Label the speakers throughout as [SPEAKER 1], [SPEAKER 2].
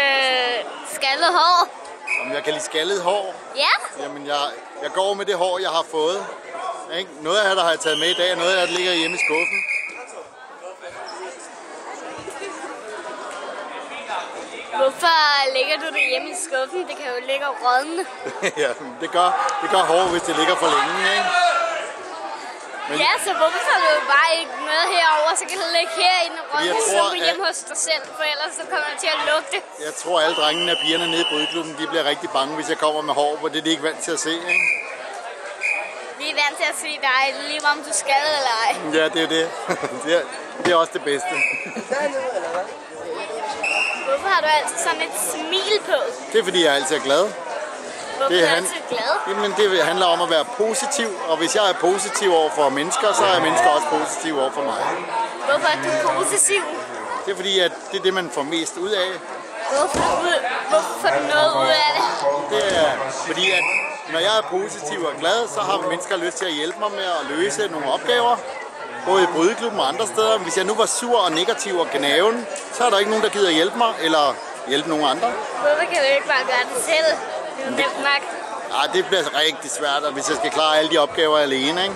[SPEAKER 1] øh, skaldet hår.
[SPEAKER 2] Om jeg kan lide skaldet hår?
[SPEAKER 1] Ja,
[SPEAKER 2] Jamen, jeg, jeg går med det hår, jeg har fået. Ikke? Noget af det har jeg taget med i dag, og noget af det ligger hjemme i skuffen.
[SPEAKER 1] hvorfor lægger du det hjemme i skuffen? Det kan jo ligge og rådne.
[SPEAKER 2] ja, det gør, det gør hår, hvis det ligger for længe. Ikke?
[SPEAKER 1] Ja, så hvorfor tager du bare ikke med herover, så kan det ligge herinde og
[SPEAKER 2] Fordi jeg
[SPEAKER 1] rådne, så
[SPEAKER 2] tror,
[SPEAKER 1] du
[SPEAKER 2] at-
[SPEAKER 1] hjemme hos dig selv, for ellers så kommer jeg til at lugte.
[SPEAKER 2] Jeg tror, alle drengene og pigerne nede i brydeklubben, de bliver rigtig bange, hvis jeg kommer med hår, hvor det er de ikke vant til at se. Ikke?
[SPEAKER 1] Vi er vant til at se dig, lige om du skal eller ej.
[SPEAKER 2] Ja, det er det. det, er, det er også det bedste.
[SPEAKER 1] Hvorfor har du altid sådan et smil på?
[SPEAKER 2] Det er, fordi jeg altid er glad.
[SPEAKER 1] Hvorfor
[SPEAKER 2] Det
[SPEAKER 1] er
[SPEAKER 2] er
[SPEAKER 1] du
[SPEAKER 2] han.
[SPEAKER 1] altid glad?
[SPEAKER 2] Jamen, det handler om at være positiv, og hvis jeg er positiv over for mennesker, så er mennesker også positive over for mig.
[SPEAKER 1] Hvorfor er du positiv?
[SPEAKER 2] Det er fordi, at det er det, man får mest ud af.
[SPEAKER 1] Hvorfor, ud, hvorfor får du noget ud af det?
[SPEAKER 2] Det er fordi, at når jeg er positiv og glad, så har mennesker lyst til at hjælpe mig med at løse nogle opgaver. Både i brydeklubben og andre steder. Hvis jeg nu var sur og negativ og gnaven, så er der ikke nogen, der gider hjælpe mig, eller hjælpe nogen andre.
[SPEAKER 1] Hvorfor kan du ikke bare gøre det selv? Det er jo nemt nok.
[SPEAKER 2] Nej, det bliver altså rigtig svært, og hvis jeg skal klare alle de opgaver alene. Ikke?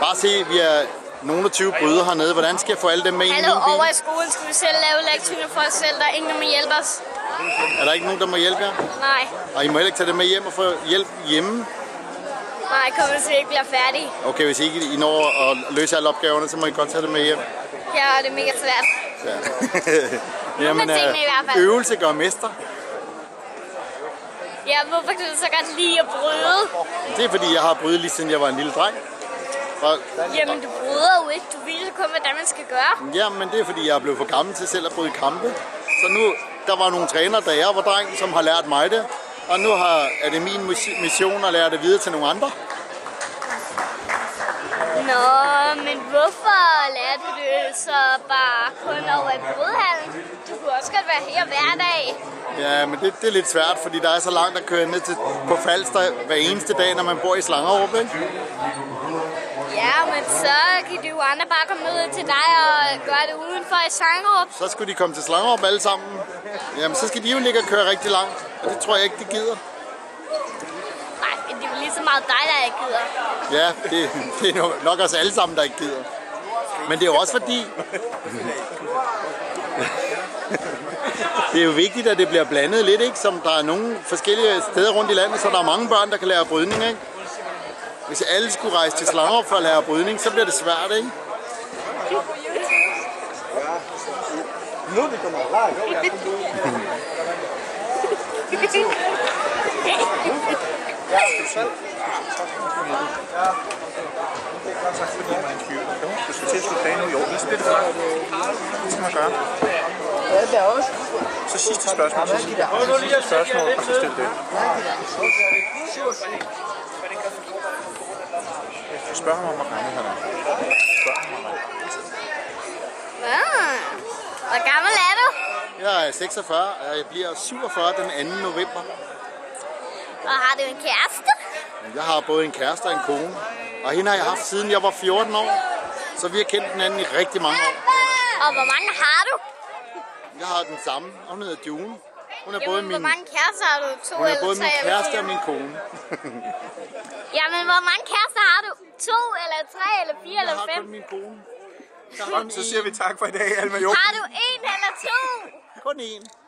[SPEAKER 2] Bare se, vi er nogle og 20 bryder hernede. Hvordan skal jeg få alle dem med ind i
[SPEAKER 1] Hallo,
[SPEAKER 2] min bil?
[SPEAKER 1] over i skolen skulle vi selv lave lektioner for os selv. Der er ingen, der må hjælpe os.
[SPEAKER 2] Er der ikke nogen, der må hjælpe jer?
[SPEAKER 1] Nej,
[SPEAKER 2] Og I må heller ikke tage det med hjem og få hjælp hjemme.
[SPEAKER 1] nej, kom hvis vi ikke bliver færdige.
[SPEAKER 2] Okay, hvis ikke I når at løse alle opgaverne, så må I godt tage det med hjem.
[SPEAKER 1] Ja, det er mega svært.
[SPEAKER 2] Ja.
[SPEAKER 1] Nogle af tingene i hvert fald.
[SPEAKER 2] øh, øvelse gør mester.
[SPEAKER 1] Ja, hvorfor kan du så godt lide at bryde?
[SPEAKER 2] Det er fordi, jeg har brydet lige siden jeg var en lille dreng. Og,
[SPEAKER 1] Jamen, du bryder jo ikke. Du ved jo kun, hvordan man skal gøre.
[SPEAKER 2] ja, men det er fordi, jeg er blevet for gammel til selv at bryde kampe. Så nu, der var nogle træner, da jeg var dreng, som har lært mig det. Og nu har, er det min mis- mission at lære det videre til nogle andre.
[SPEAKER 1] Nå, men hvorfor lærte du det så bare kun over i brydhallen? Du kunne også godt være her hver dag.
[SPEAKER 2] Ja, men det, det er lidt svært, fordi der er så langt at køre ned til, på Falster hver eneste dag, når man bor i Slangerup. Ikke?
[SPEAKER 1] Ja, men så kan de jo andre bare komme ned til dig og gøre det udenfor i Sangerup.
[SPEAKER 2] Så skulle de komme til Slangerup alle sammen. Jamen, så skal de jo ligge og køre rigtig langt, og det tror jeg ikke, de gider.
[SPEAKER 1] Nej, men det er jo lige så meget dig, der ikke gider.
[SPEAKER 2] Ja, det, det er nok- nok os alle sammen, der ikke gider. Men det er jo også fordi... Det er jo vigtigt, at det bliver blandet lidt, ikke? Som der er nogle forskellige steder rundt i landet, så der er mange børn, der kan lære brydning, ikke? Hvis alle skulle rejse til Slangerup for at lære brydning, så bliver det svært, ikke?
[SPEAKER 3] Nu er det kommet langt.
[SPEAKER 4] Det er godt sagt, fordi man er i tvivl. Du skal til at slutte dagen nu i år. Ellers bliver det for langt. Det skal man gøre.
[SPEAKER 3] Ja, det er også.
[SPEAKER 4] Så sidste spørgsmål. Så sidste spørgsmål, og så stil det. Spørg ham om at regne her. Spørg ham om at regne.
[SPEAKER 1] Ah, hvor gammel er du?
[SPEAKER 2] Jeg er 46, og jeg bliver 47 den 2. november.
[SPEAKER 1] Og har du en kæreste?
[SPEAKER 2] Jeg har både en kæreste og en kone, og hende har jeg haft siden jeg var 14 år. Så vi har kendt hinanden i rigtig mange år.
[SPEAKER 1] Og hvor mange har du?
[SPEAKER 2] Jeg har den samme, og hun hedder June. Hun er både
[SPEAKER 1] Jamen,
[SPEAKER 2] min,
[SPEAKER 1] hvor mange kærester har du? To
[SPEAKER 2] hun er
[SPEAKER 1] eller
[SPEAKER 2] både
[SPEAKER 1] tre
[SPEAKER 2] min
[SPEAKER 1] eller
[SPEAKER 2] kæreste og
[SPEAKER 1] fire?
[SPEAKER 2] min kone.
[SPEAKER 1] Jamen, hvor mange kærester har du? To eller tre eller fire
[SPEAKER 2] Jeg
[SPEAKER 1] eller
[SPEAKER 2] har
[SPEAKER 1] fem?
[SPEAKER 2] kun min kone.
[SPEAKER 4] Godt, så siger vi tak for i dag, Alma Jo.
[SPEAKER 1] Har du en eller to?
[SPEAKER 2] Kun én.